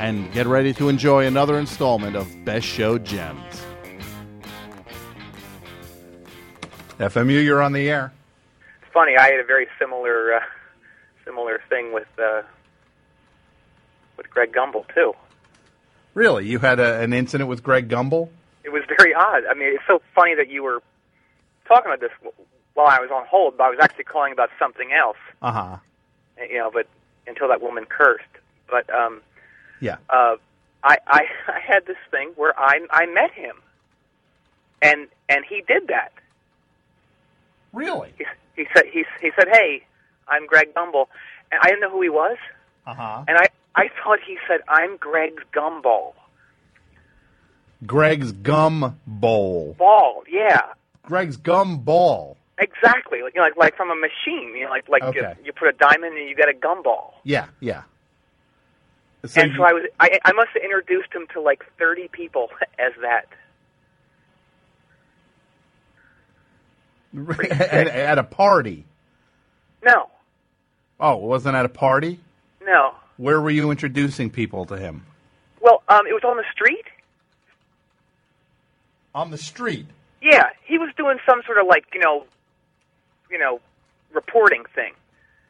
and get ready to enjoy another installment of Best Show Gems. FMU, you're on the air. It's funny. I had a very similar uh, similar thing with uh, with Greg Gumbel too. Really? You had a, an incident with Greg Gumbel? It was very odd. I mean, it's so funny that you were talking about this while I was on hold, but I was actually calling about something else. Uh huh. You know, but until that woman cursed. But um, Yeah. uh, I, I I had this thing where I I met him, and and he did that. Really? He, he said he he said, "Hey, I'm Greg Gumbel," and I didn't know who he was, Uh huh. and I I thought he said, "I'm Greg's Gumball Greg's Gum Bowl. Ball." Yeah, Greg's Gum Ball. exactly. Like you know, like like from a machine. You know, like like Okay. you, you put a diamond and you get a gumball. Yeah, yeah. and so I was I I must have introduced him to like thirty people as that. you- at, at a party. No, Oh, it wasn't at a party? no. Where were you introducing people to him? Well, um, it was on the street. On the street. Yeah, he was doing some sort of like you know, you know, reporting thing,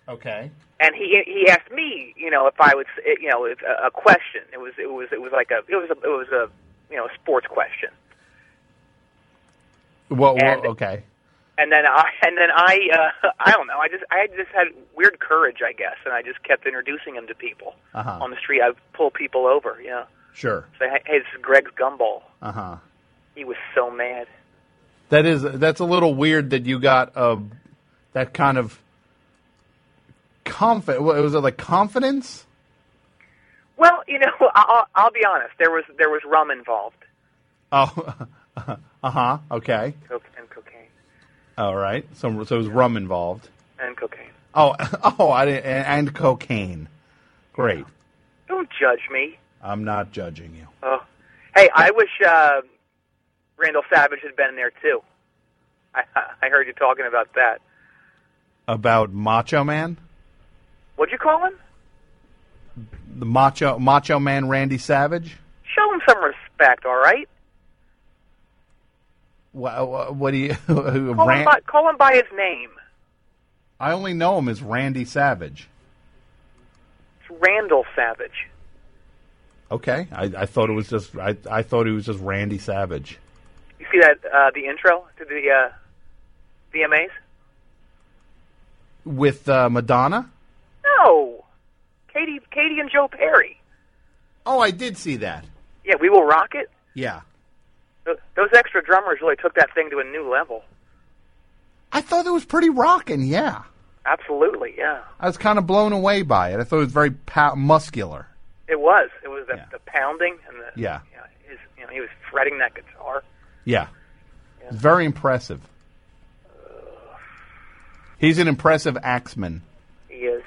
Okay. and he he asked me you know if I would s- you know if, a, a question. It was it was it was like a it was a it was a you know a sports question, Well, well, And- okay. and then I and then I uh, I don't know I just I just had weird courage I guess, and I just kept introducing him to people Uh-huh. on the street. I'd pull people over, you know, Sure. say hey this is Greg's Gumball. Uh huh. He was so mad. That is that's a little weird that you got uh, that kind of confidence. Was it like confidence? Well, you know, I'll, I'll be honest. There was there was rum involved Oh, uh huh. Okay. coke and cocaine All right. So so it was rum involved. and cocaine. Oh oh, I didn't, and, and cocaine. Great. Don't judge me. I'm not judging you. Oh, hey, I wish uh, Randall Savage had been there too. I I heard you talking about that. About Macho Man, What'd you call him? the Macho Macho Man Randy Savage. Show him some respect, all right? What, what, what do you? Call him Ran- by call him by his name. I only know him as Randy Savage. It's Randall Savage. Okay, I, I thought it was just I, I thought he was just Randy Savage. You see that uh, the intro to the uh, VMAs? with uh, Madonna. No, Katie Katie and Joe Perry. Oh, I did see that. Yeah, we will rock it. Yeah, Th- Those extra drummers really took that thing to a new level. I thought it was pretty rocking. Yeah, Absolutely, yeah. I was kind of blown away by it. I thought it was very pow- muscular. It was. It was the, Yeah. the pounding and the Yeah. You know, his, you know, he was fretting that guitar. Yeah, It's very impressive. He's an impressive axeman. He is.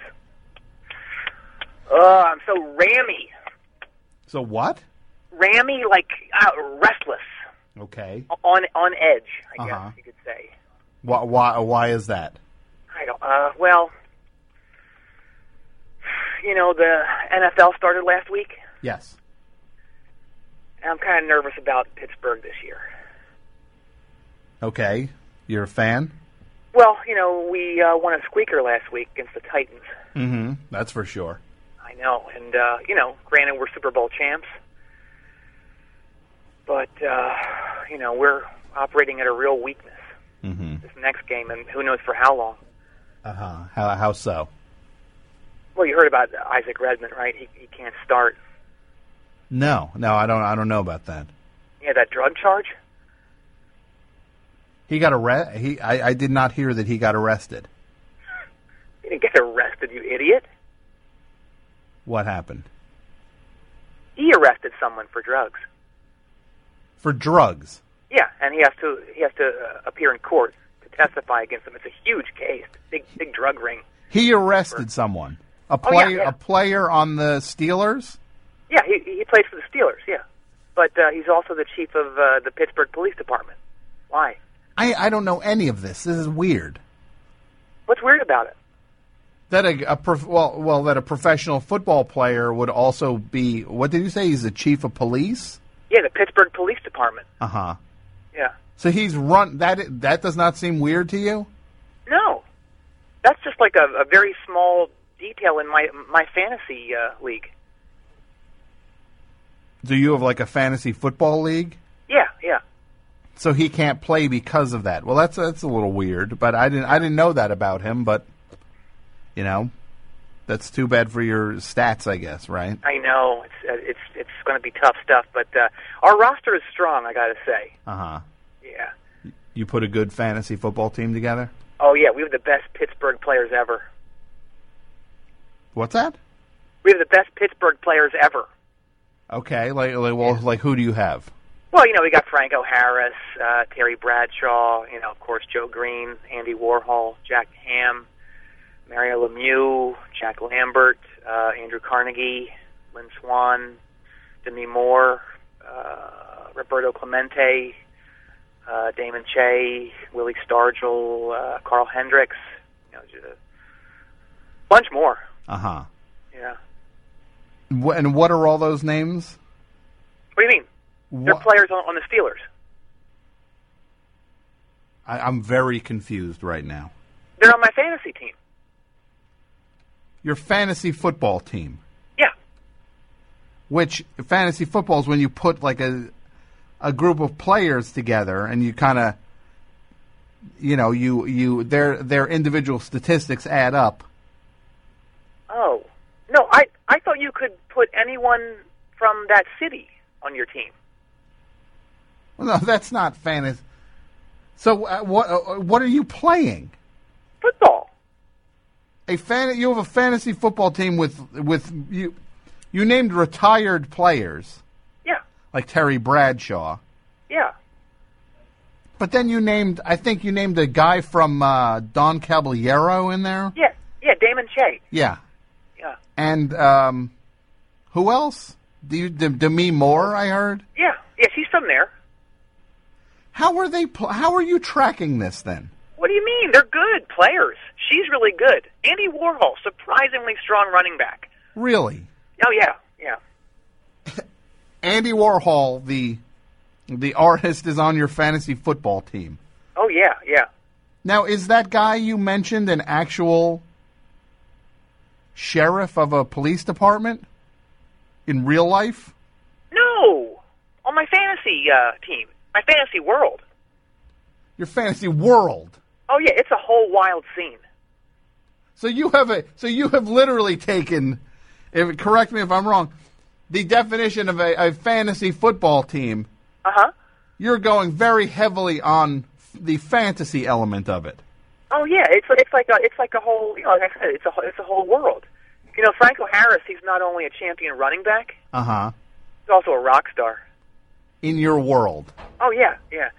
Oh, I'm so rammy, So what? rammy like uh, restless, Okay. on on edge. I Uh-huh. guess you could say. Why? Why, why is that? I don't. Uh, well, you know, the NFL started last week, Yes. and I'm kind of nervous about Pittsburgh this year. Okay. You're a fan. Well, you know, we uh, won a squeaker last week against the Titans. Mm-hmm. That's for sure. I know, and uh, you know, granted we're Super Bowl champs, but uh, you know we're operating at a real weakness Mm-hmm. this next game, and who knows for how long. Uh huh. How? How so? Well, you heard about Isaac Redmond, right? He he can't start. No. No. I don't. I don't know about that. He had that drug charge. He got arrested. He. I, I did not hear that he got arrested. He didn't get arrested, you idiot. What happened? He arrested. arrested someone for drugs. for drugs. Yeah, and he has to he has to uh, appear in court to testify against them. It's a huge case, big big drug ring. He arrested someone. A Oh, yeah, player, yeah. a player on the Steelers. Yeah, he he plays for the Steelers. Yeah, but uh, he's also the chief of uh, the Pittsburgh Police Department. Why? I, I don't know any of this. This is weird. What's weird about it? That a, a prof, well, well, that a professional football player would also be. What did you say? He's the chief of police. Yeah, the Pittsburgh Police Department. Uh huh. Yeah. So he's run. That that does not seem weird to you. No, that's just like a, a very small detail in my my fantasy uh, league. Do you have like a fantasy football league? Yeah, yeah. So he can't play because of that. Well, that's that's a little weird. But I didn't I didn't know that about him. But you know, that's too bad for your stats, I guess. Right? I know it's uh, it's it's going to be tough stuff, but uh, our roster is strong. I got to say. Uh huh. Yeah. You put a good fantasy football team together. Oh yeah, we have the best Pittsburgh players ever. What's that? We have the best Pittsburgh players ever. Okay, like, like well, like who do you have? Well, you know, we got Franco Harris, uh, Terry Bradshaw, you know, of course, Joe Green, Andy Warhol, Jack Ham, Mario Lemieux, Jack Lambert, uh, Andrew Carnegie, Lynn Swan, Demi Moore, uh, Roberto Clemente, uh, Damon Che, Willie Stargell, uh, Carl Hendricks, you know, just a bunch more. Uh huh. Yeah. And what are all those names? What do you mean? They're Wha- players on, on the Steelers. I, I'm very confused right now. They're on my fantasy team. Your fantasy football team, Yeah. which fantasy football is when you put like a a group of players together and you kind of you know you you their their individual statistics add up. Oh no, I I thought you could put anyone from that city on your team. Well, no, that's not fantasy. So uh, what uh, what are you playing? Football. a fan you have a fantasy football team with with you you named retired players Yeah, like Terry Bradshaw, yeah. but then you named I think you named a guy from uh, Don Caballero in there. Yeah, yeah. Damon Che. Yeah, Yeah, and um, who else? Do you D- Demi Moore? I heard. yeah, yeah. She's from there. How are they? Pl- how are you tracking this then? What do you mean? They're good players. She's really good. Andy Warhol, surprisingly strong running back. Really, Oh yeah, yeah. Andy Warhol, the the artist, is on your fantasy football team. Oh yeah, yeah. Now, is that guy you mentioned an actual sheriff of a police department in real life? No, on my fantasy uh, team, my fantasy world. Your fantasy world. Oh yeah, it's a whole wild scene. So you have a so you have literally taken if correct me if I'm wrong, the definition of a, a fantasy football team, Uh huh. you're going very heavily on f- the fantasy element of it. Oh yeah, it's it's like a it's like a whole you know like I said it's a whole- it's a whole world. You know, Franco Harris, he's not only a champion running back, Uh-huh. he's also a rock star. In your world. Oh yeah, yeah.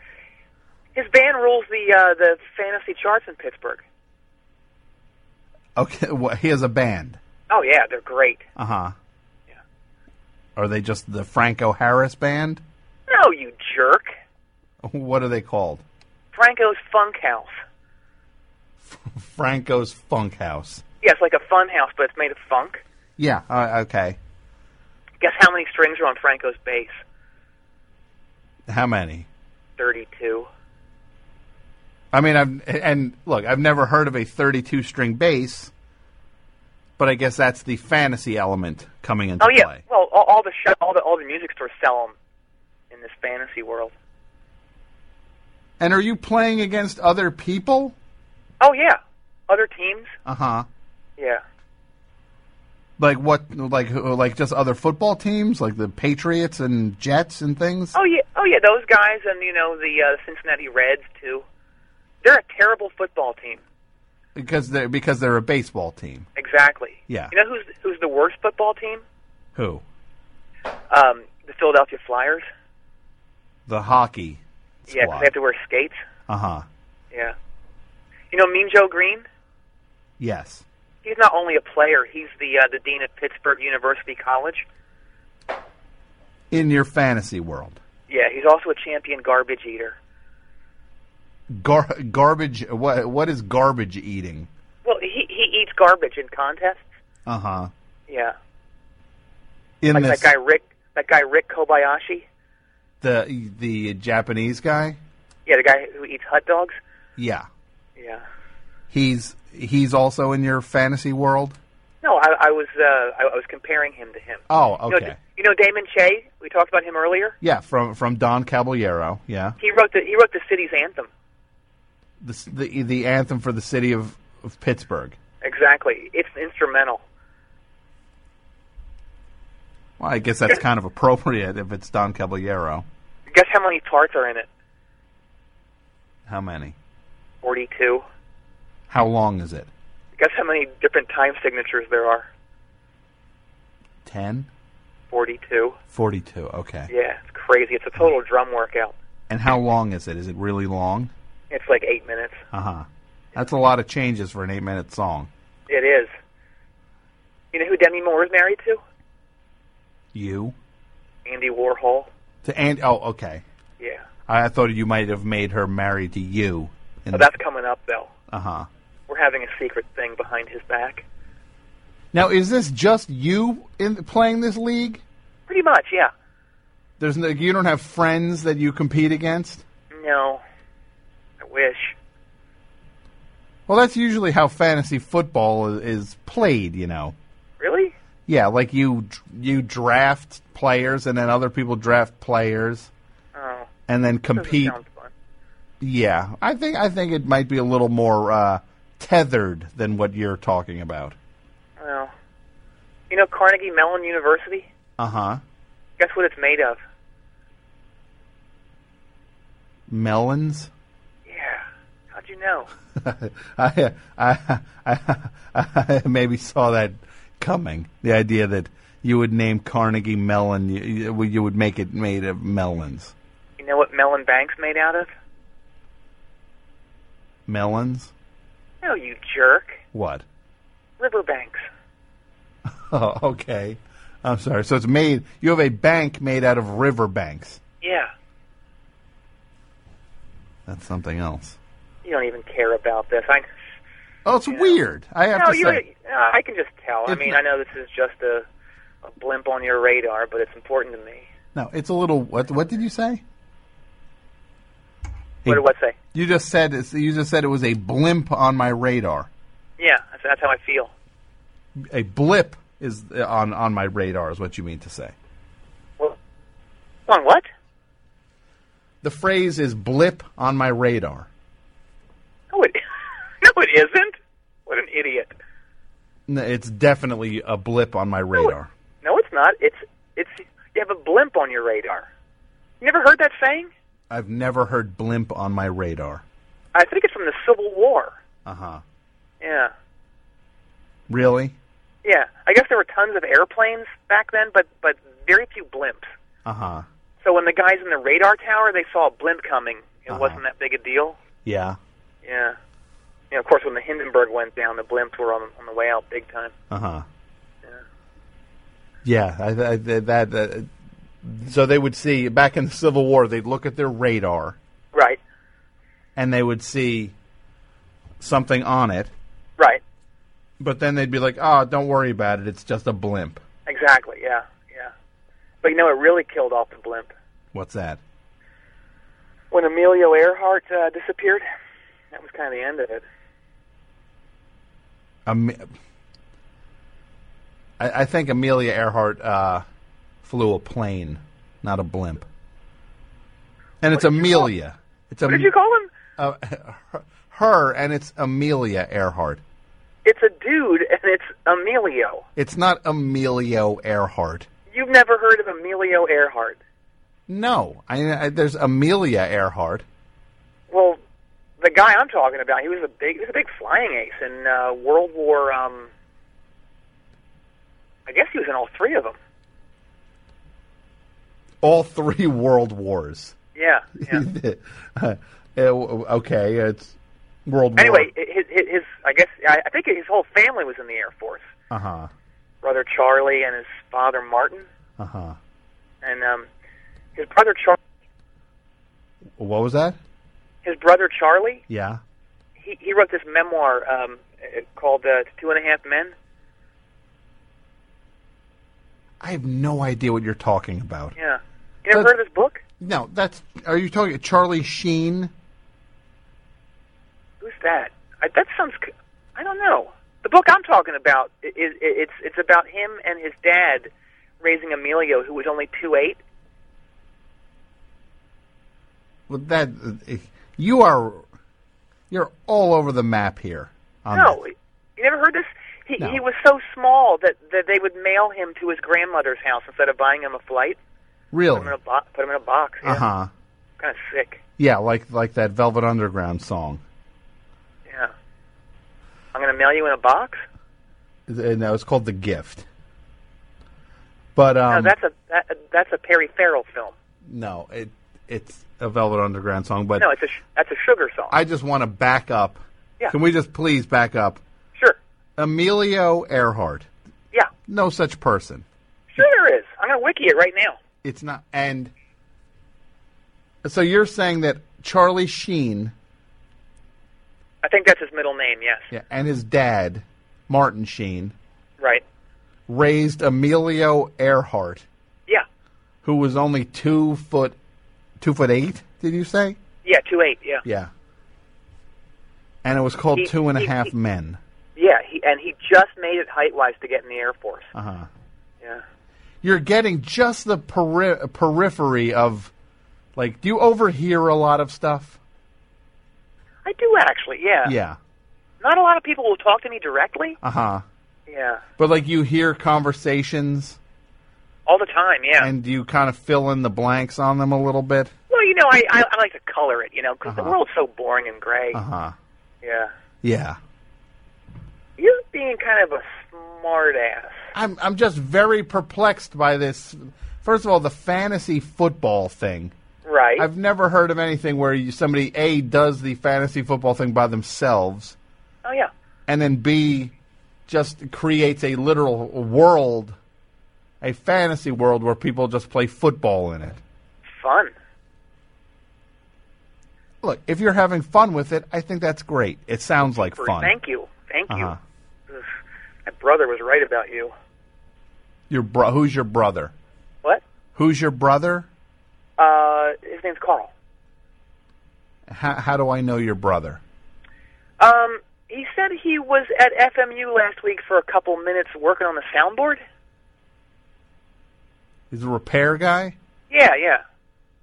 His band rules the uh, the fantasy charts in Pittsburgh. Okay, well, he has a band. Oh yeah, they're great. Uh-huh. Yeah. Are they just the Franco Harris band? No, you jerk. What are they called? Franco's Funk House. Franco's Funk House. Yeah, it's like a fun house, but it's made of funk. Yeah. Uh, okay. Guess how many strings are on Franco's bass? How many? Thirty-two. I mean, I've and look, I've never heard of a 32 string bass, but I guess that's the fantasy element coming into Oh yeah. play. Well, all, all the sh- all the all the music stores sell them in this fantasy world. And are you playing against other people? Oh yeah, other teams. Uh huh. Yeah. Like what? Like who- like just other football teams, like the Patriots and Jets and things. Oh yeah, oh yeah, those guys, and you know the uh, Cincinnati Reds too. They're a terrible football team. Because they're because they're a baseball team. Exactly. Yeah. You know who's who's the worst football team? Who? Um, the Philadelphia Flyers. The hockey Yeah, 'cause squad. they have to wear skates. uh huh. Yeah. You know, Mean Joe Green. Yes. He's not only a player; he's the uh, the dean of Pittsburgh University College. In your fantasy world, Yeah, he's also a champion garbage eater. Gar- garbage. What what is garbage eating? Well, he he eats garbage in contests. Uh huh. Yeah, In like this, that guy Rick, that guy Rick Kobayashi. the the Japanese guy. Yeah, the guy who eats hot dogs. Yeah, Yeah. he's he's also in your fantasy world. No, I, I was uh, I, I was comparing him to him. Oh, You know, okay. you know Damon Che. We talked about him earlier. Yeah, from from Don Caballero. Yeah, He wrote the he wrote the city's anthem. the s- the, the anthem for the city of, of Pittsburgh. Exactly. It's instrumental. Well, I guess that's kind of appropriate if it's Don Caballero. Guess how many parts are in it? How many? Forty-two. How long is it? Guess how many different time signatures there are? 10? Forty-two. 42. Okay. Yeah, it's crazy. It's a total drum workout. And how long is it? Is it really long? It's like eight minutes. Uh huh. That's a lot of changes for an eight minute song. It is. You know who Demi Moore is married to? You? Andy Warhol. To and Oh, okay. Yeah. I, I thought you might have made her married to you. Oh, that's coming up though. Uh huh. We're having a secret thing behind his back. Now, is this just you in playing this league? Pretty much, yeah. There's no, you don't have friends that you compete against. No. I wish. Well, that's usually how fantasy football is, is played. You know. Really? Yeah, like you you draft players, and then other people draft players, Oh. and then Doesn't compete. sound fun. Yeah, I think I think it might be a little more uh, tethered than what you're talking about. Well. You know Carnegie Mellon University? Uh huh. Guess what it's made of? Melons. Yeah. How'd you know? I, I, I, I maybe saw that coming. The idea that you would name Carnegie Mellon, you- you, you would make it made of melons. You know what Mellon Bank's made out of? Melons? No, you jerk. What? Riverbanks. Oh, okay. I'm sorry. So it's made. You have a bank made out of river banks. Yeah. That's something else. You don't even care about this. I Oh, it's weird. I have No, to you say. uh, I can just tell. I It's mean, not- I know this is just a, a blimp on your radar, but it's important to me. No, it's a little. What? What did you say? What do I say? You just said. it's- You just said it was a blimp on my radar. Yeah, that's, that's how I feel. A blip is on on my radar. Is what you mean to say? Well, on what? The phrase is blip on my radar. No, it, no, it isn't. What an idiot. N- It's definitely a blip on my radar. No, it's not. It's it's you have a blimp on your radar. You never heard that saying? I've never heard blimp on my radar. I think it's from the Civil War. Uh huh. Yeah, Really? yeah. I guess there were tons of airplanes back then, but but very few blimps. Uh huh. So when the guys in the radar tower they saw a blimp coming, it wasn't that big a deal. Yeah. Yeah. You know, of course, when the Hindenburg went down, the blimps were on, on the way out big time. Uh huh. Yeah. I, I, that, that, that. So they would see back in the Civil War, they'd look at their radar Right, and they would see something on it, right. but then they'd be like, "Oh, don't worry about it. It's just a blimp." Exactly, yeah, yeah. But you know, it really killed off the blimp. What's that? When Emilio Earhart uh, disappeared, that was kind of the end of it. Um, I, I think Amelia Earhart uh, flew a plane, not a blimp. And it's Amelia. It's What did you call him? uh, her, and it's Amelia Earhart. It's a dude, and it's Emilio. It's not Emilio Earhart. You've never heard of Emilio Earhart. No, I, I, there's Amelia Earhart. Well, the guy I'm talking about, he was a big, he was a big flying ace in uh, World War. Um, I guess he was in all three of them. all three world wars. Yeah. yeah. Uh, okay, it's World War. anyway, his, his, his I guess I I think his whole family was in the Air Force. uh huh, Brother Charlie and his father Martin, uh huh. and um, his brother Char- What was that? his brother Charlie. Yeah. He he wrote this memoir um, uh, called uh, Two and a Half Men. I have no idea what you're talking about. Yeah. You ever But- heard of this book? No, that's. Are you talking Charlie Sheen? Who's that? I, that sounds. c- I don't know. The book I'm talking about i i it's it's about him and his dad raising Emilio, who was only two eight. Well, that you are. You're all over the map here. on No, this. you never heard this. He Um, No. he was so small that that they would mail him to his grandmother's house instead of buying him a flight. Put really. him in a bo- put him in a box. Yeah. Uh huh. Kind of sick. Yeah, like like that Velvet Underground song. Yeah. I'm gonna mail you in a box. And that was called The Gift. But um, no, that's a that, that's a Perry Farrell film. no, it it's a Velvet Underground song. But No, it's a sh- that's a sugar song. I just want to back up. Yeah. Can we just please back up? sure. Emilio Earhart, Yeah. no such person. Sure there is. I'm gonna wiki it right now. It's not. And so you're saying that Charlie Sheen I think that's his middle name. Yes. yeah, and his dad, Martin Sheen, Right. raised Emilio Earhart, Yeah. who was only two foot, two foot eight. Did you say? Yeah. Two eight. Yeah. Yeah. And it was called He- Two and a he- Half he- Men. Yeah. He and he just made it height wise to get in the Air Force. Uh huh. Yeah. You're getting just the peri- periphery of, like, do you overhear a lot of stuff? I do actually. Yeah. Yeah. Not a lot of people will talk to me directly. Uh huh. Yeah. But like, you hear conversations, All the time. Yeah. and you kind of fill in the blanks on them a little bit. well, you know, I I, I like to color it. You know, because the Uh-huh. world's so boring and gray. Uh huh. Yeah. Yeah. You're being kind of a smart ass. I'm I'm just very perplexed by this. First of all, the fantasy football thing. Right. I've never heard of anything where you, somebody a does the fantasy football thing by themselves. oh yeah. and then B just creates a literal world, a fantasy world where people just play football in it. Fun. Look, if you're having fun with it, I think that's great. It sounds like fun. Thank you. Thank you. Uh-huh. Ugh, My brother was right about you. Your bro- who's your brother? What? Who's your brother? Uh, his name's Carl. How, how do I know your brother? Um, he said he was at FMU last week for a couple minutes working on the soundboard. He's a repair guy. Yeah, yeah.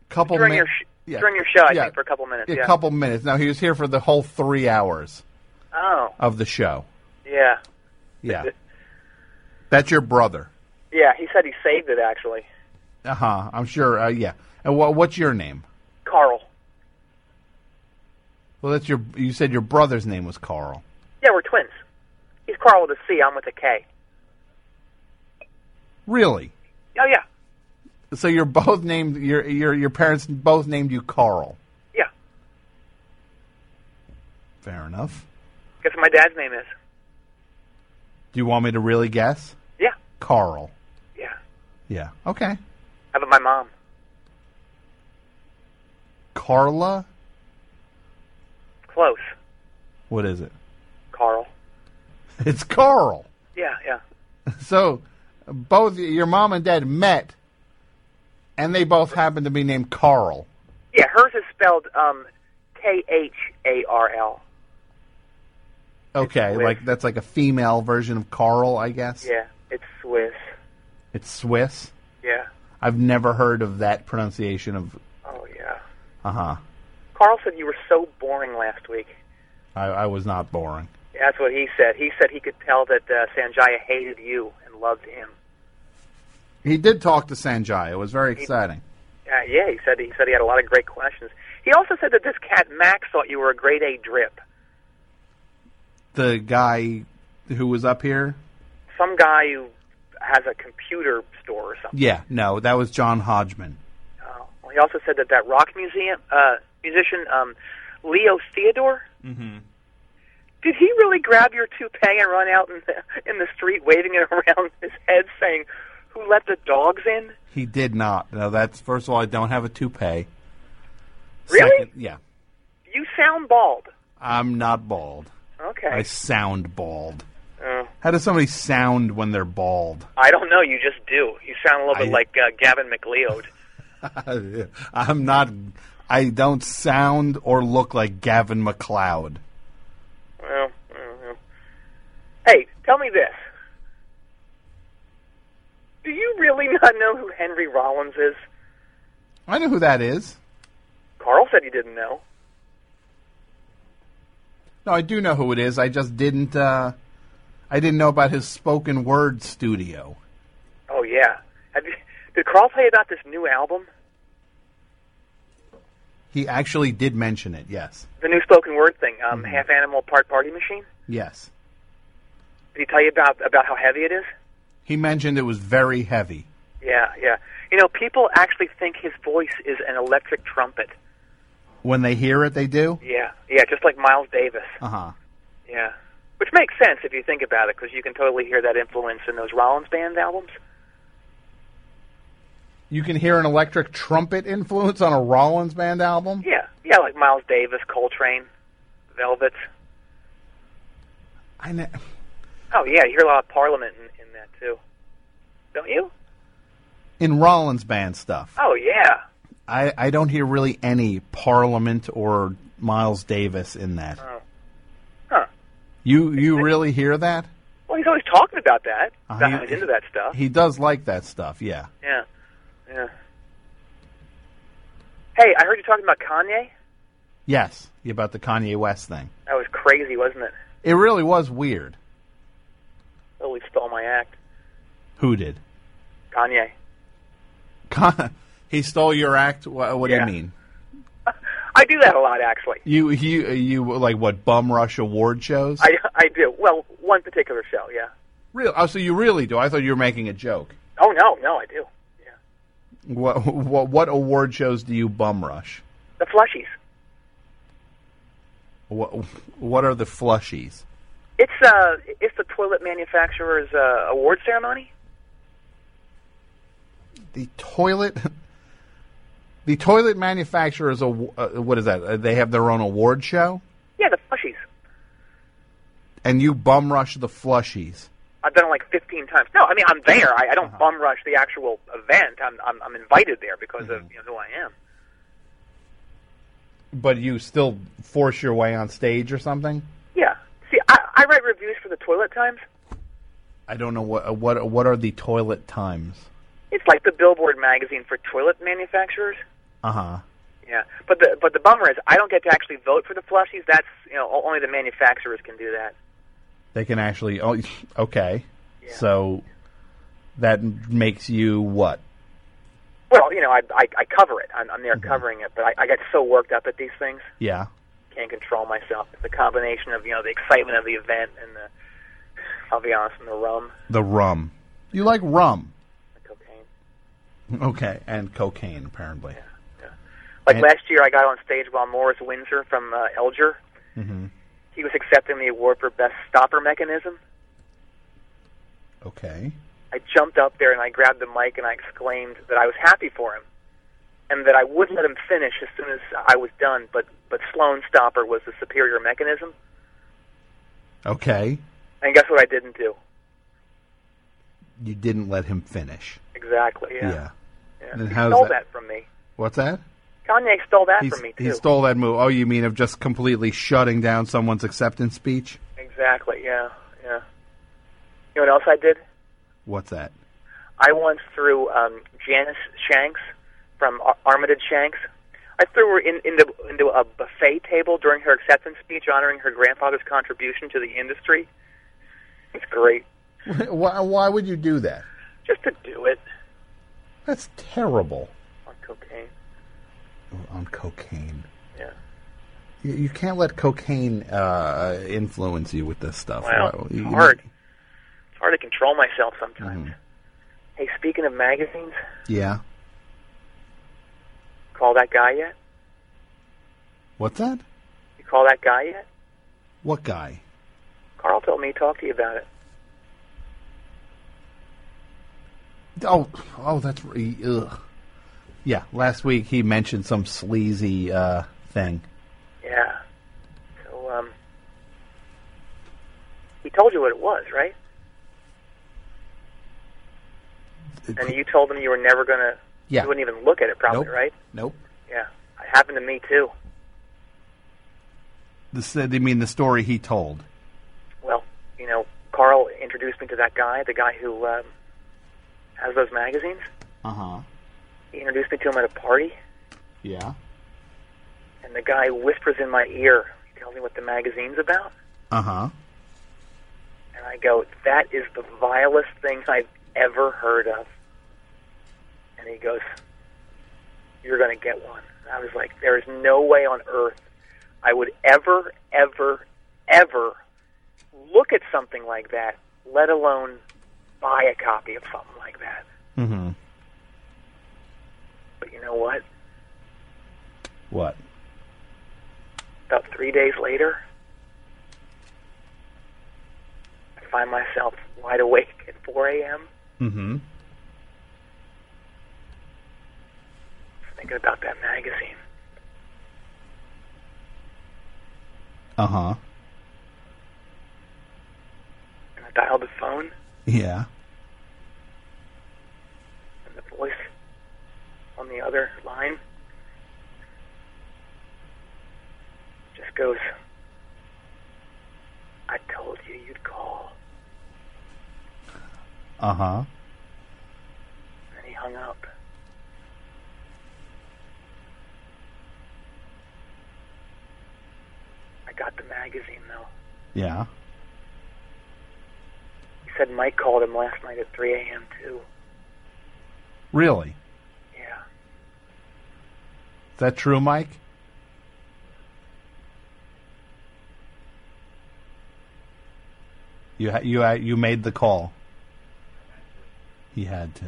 Couple During your minutes. sh- during your show, I think for a couple minutes. A yeah. couple minutes. Now he was here for the whole three hours Oh, of the show. yeah, Yeah, that's your brother. yeah. He said he saved it actually. Uh huh. I'm sure. Uh, yeah. And wha what's your name? Carl. Well, that's your. You said your brother's name was Carl. Yeah, we're twins. He's Carl with a C. I'm with a K. Really? Oh yeah, So you're both named. Your your your parents both named you Carl. yeah. Fair enough. Guess what my dad's name is? Do you want me to really guess? Yeah, Carl. yeah. Yeah. Okay. How about my mom? Carla. Close. What is it? Carl. It's Carl. Yeah, yeah. So both your mom and dad met, and they both happened to be named Carl. Yeah, hers is spelled um, K H A R L. Okay, Swiss. like that's like a female version of Carl, I guess. Yeah, it's Swiss. It's Swiss. Yeah. I've never heard of that pronunciation of. Oh yeah. Uh huh. Carl said you were so boring last week. I, I was not boring. That's what he said. He said he could tell that uh, Sanjaya hated you and loved him. He did talk to Sanjay. It was very exciting. Uh, yeah, he said he said he had a lot of great questions. He also said that this cat Max thought you were a grade A drip. The guy who was up here. Some guy who has a computer store or something. Yeah, no, that was John Hodgman. Uh, He also said that that rock museum uh, musician um, Leo Theodore. Mm-hmm. Did he really grab your toupee and run out in the in the street waving it around his head, saying, "Who let the dogs in?" He did not. Now that's first of all, I don't have a toupee. Really? Second, yeah, You sound bald. I'm not bald. Okay. I sound bald. Oh. How does somebody sound when they're bald? I don't know. You just do. You sound a little I- bit like uh, Gavin McLeod. I'm not. I don't sound or look like Gavin McLeod. Well, I don't know. hey, tell me this. Do you really not know who Henry Rollins is? I know who that is. Carl said he didn't know. No, I do know who it is. I just didn't. Uh, I didn't know about his spoken word studio. Oh yeah. Have you, did Carl tell you about this new album, He actually did mention it. Yes. the new spoken word thing, um, half animal, part party machine? Yes. Did he tell you about about how heavy it is? He mentioned it was very heavy. Yeah, yeah. You know, people actually think his voice is an electric trumpet. When they hear it, they do. Yeah, yeah, just like Miles Davis. Uh huh. Yeah. Which makes sense if you think about it, because you can totally hear that influence in those Rollins Band albums. You can hear an electric trumpet influence on a Rollins band album. Yeah, yeah, like Miles Davis, Coltrane, Velvet. I know. Oh yeah, you hear a lot of Parliament in, in that too, don't you? In Rollins band stuff, Oh yeah. I, I don't hear really any Parliament or Miles Davis in that. Huh. You you really hear that? Well, he's always talking about that. Uh, about he- how he's into that stuff. He does like that stuff. Yeah. yeah, yeah. Hey, I heard you talking about Kanye. Yes. About the Kanye West thing. That was crazy, wasn't it? It really was weird. Totally stole my act, Who did? Kanye. Con- he stole your act. What, what Yeah. do you mean? I do that a lot, actually. You you you like what bum rush award shows? I I do. Well, one particular show, yeah. Real? Oh, so you really do? I thought you were making a joke. Oh no, no, I do. Yeah. What what, what award shows do you bum rush? The Flushies. What what are the flushies? It's uh, it's the toilet manufacturer's uh, award ceremony. The toilet. The toilet manufacturers. aw- Uh, what is that? Uh, They have their own award show, Yeah, the Flushies. and you bum rush the flushies. I've done it like 15 times. No, I mean I'm there. I, I don't Uh-huh. bum rush the actual event. I'm I'm, I'm invited there because Mm-hmm. of you know, who I am. But you still force your way on stage or something. Yeah. See, I, I write reviews for the Toilet Times. I don't know what uh, what what are the toilet times. It's like the Billboard magazine for toilet manufacturers. Uh huh. Yeah, but the but the bummer is I don't get to actually vote for the Flushies. That's you know o- only the manufacturers can do that. They can actually. Oh, okay. Yeah. So that makes you what? Well, you know I I, I cover it. I'm, I'm there covering it, but I, I get so worked up at these things. Yeah. can't control myself. It's the combination of you know the excitement of the event and the I'll be honest, and the rum, The rum. You like rum? the cocaine. Okay, and cocaine apparently. Like And- last year, I got on stage while Morris Windsor from uh, Elger. He was accepting the award for best stopper mechanism. Okay. I jumped up there and I grabbed the mic and I exclaimed that I was happy for him, and that I would let him finish as soon as I was done. But but Sloan stopper was the superior mechanism, Okay. and guess what I didn't do? You didn't let him finish. Exactly. Yeah. yeah. Then He how's stole that- that? from me. What's that? Kanye stole that He- from me too. he stole that move. Oh, you mean of just completely shutting down someone's acceptance speech? Exactly. Yeah. Yeah. You know what else I did? What's that? I once threw um, Janice Shanks from Ar- Armitage Shanks. I threw her in, into into a buffet table during her acceptance speech, honoring her grandfather's contribution to the industry. It's great, why, why would you do that? just to do it That's terrible. on cocaine. On cocaine. Yeah. You, you can't let cocaine uh, influence you with this stuff. Wow, Why- it's you- hard. It's hard to control myself sometimes. Hey, speaking of magazines, Yeah. Call that guy yet? What's that? You call that guy yet? What guy? Carl told me to talk to you about it. Oh, oh, that's re- ugh. yeah. Last week he mentioned some sleazy uh, thing. Yeah. So, um, he told you what it was, right? And you told him you were never going to, Yeah. you wouldn't even look at it probably, nope. right? Nope. Yeah. It happened to me, too. This, they mean the story he told. Well, you know, Carl introduced me to that guy, the guy who um, has those magazines. Uh Uh-huh. huh. He introduced me to him at a party, Yeah. and the guy whispers in my ear, he tells me what the magazine's about, Uh huh. and I go, that is the vilest thing I've ever heard of. And he goes, you're going to get one. And I was like, there is no way on earth I would ever, ever, ever look at something like that, let alone buy a copy of something like that. Mm-hmm. But you know what? What? About three days later, I find myself wide awake at 4 a.m. Mm-hmm. thinking about that magazine. Uh huh. And I dialed the phone, Yeah. and the voice on the other line just goes, I told you you'd call. Uh huh. And he hung up. I got the magazine, though. Yeah. He said Mike called him last night at 3 a.m. too. Really? Is Yeah. that true, Mike? You ha- you ha- you made the call. He had to.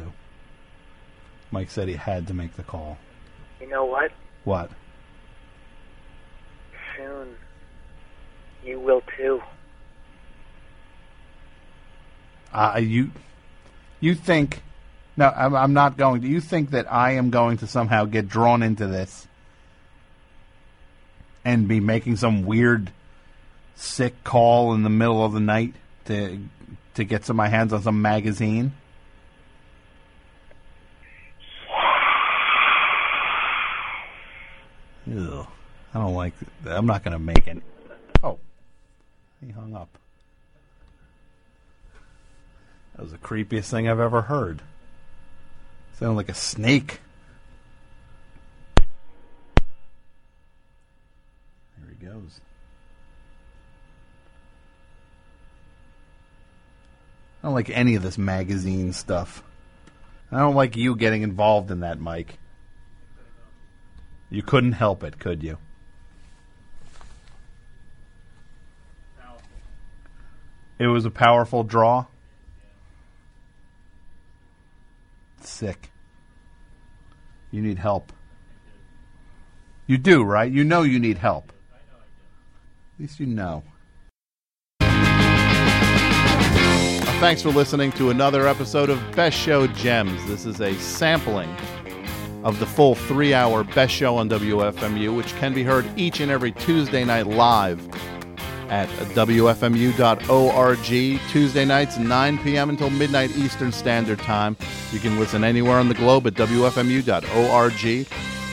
Mike said he had to make the call. You know what? What? Soon, you will too. Uh, you you think? No, I'm, I'm not going. to. you think that I am going to somehow get drawn into this and be making some weird sick call in the middle of the night to to get some my hands on some magazine? Ew, I don't like. I'm not going to make it. Oh, he hung up. That was the creepiest thing I've ever heard. Sounded like a snake. There he goes. I don't like any of this magazine stuff. I don't like you getting involved in that, Mike. You couldn't help it, could you? It was a powerful draw. sick. You need help. You do, right? You know you need help. At least you know. Thanks for listening to another episode of Best Show Gems. This is a sampling of the full three hour Best Show on WFMU, which can be heard each and every Tuesday night live at WFMU.org. Tuesday nights, 9 p.m. until midnight Eastern Standard Time. You can listen anywhere on the globe at WFMU.org.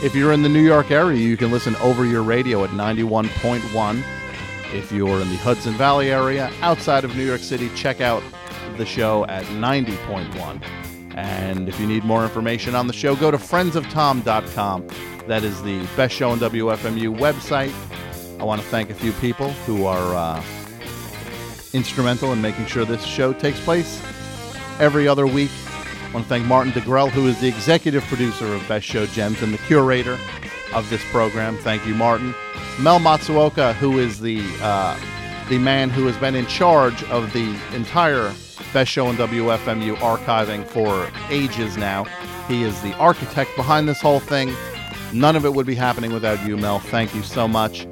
If you're in the New York area, you can listen over your radio at 91.1. If you're in the Hudson Valley area outside of New York City, check out the show at 90.1. And if you need more information on the show, go to friendsoftom.com. That is the best show on WFMU website. I want to thank a few people who are uh, instrumental in making sure this show takes place every other week. I want to thank Martin DeGrell, who is the executive producer of Best Show Gems and the curator of this program. Thank you, Martin. Mel Matsuoka, who is the uh, the man who has been in charge of the entire Best Show and WFMU archiving for ages now. He is the architect behind this whole thing. None of it would be happening without you, Mel. Thank you so much.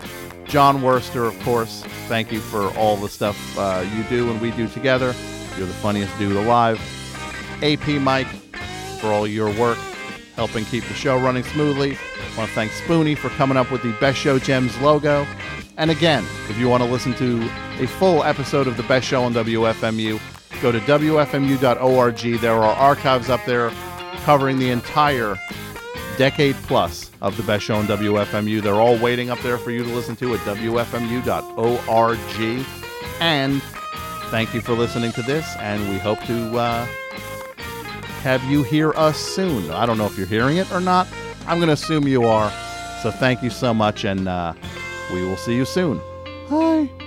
John Worster, of course, thank you for all the stuff uh, you do and we do together. You're the funniest dude alive. AP Mike, for all your work helping keep the show running smoothly. I want to thank Spoonie for coming up with the Best Show Gems logo. And again, if you want to listen to a full episode of the Best Show on WFMU, go to WFMU.org. There are archives up there covering the entire decade plus of the Best Show on WFMU. They're all waiting up there for you to listen to at WFMU.org. And thank you for listening to this, and we hope to. Uh, have you hear us soon. I don't know if you're hearing it or not. I'm going to assume you are. So thank you so much, and uh, we will see you soon. Hi.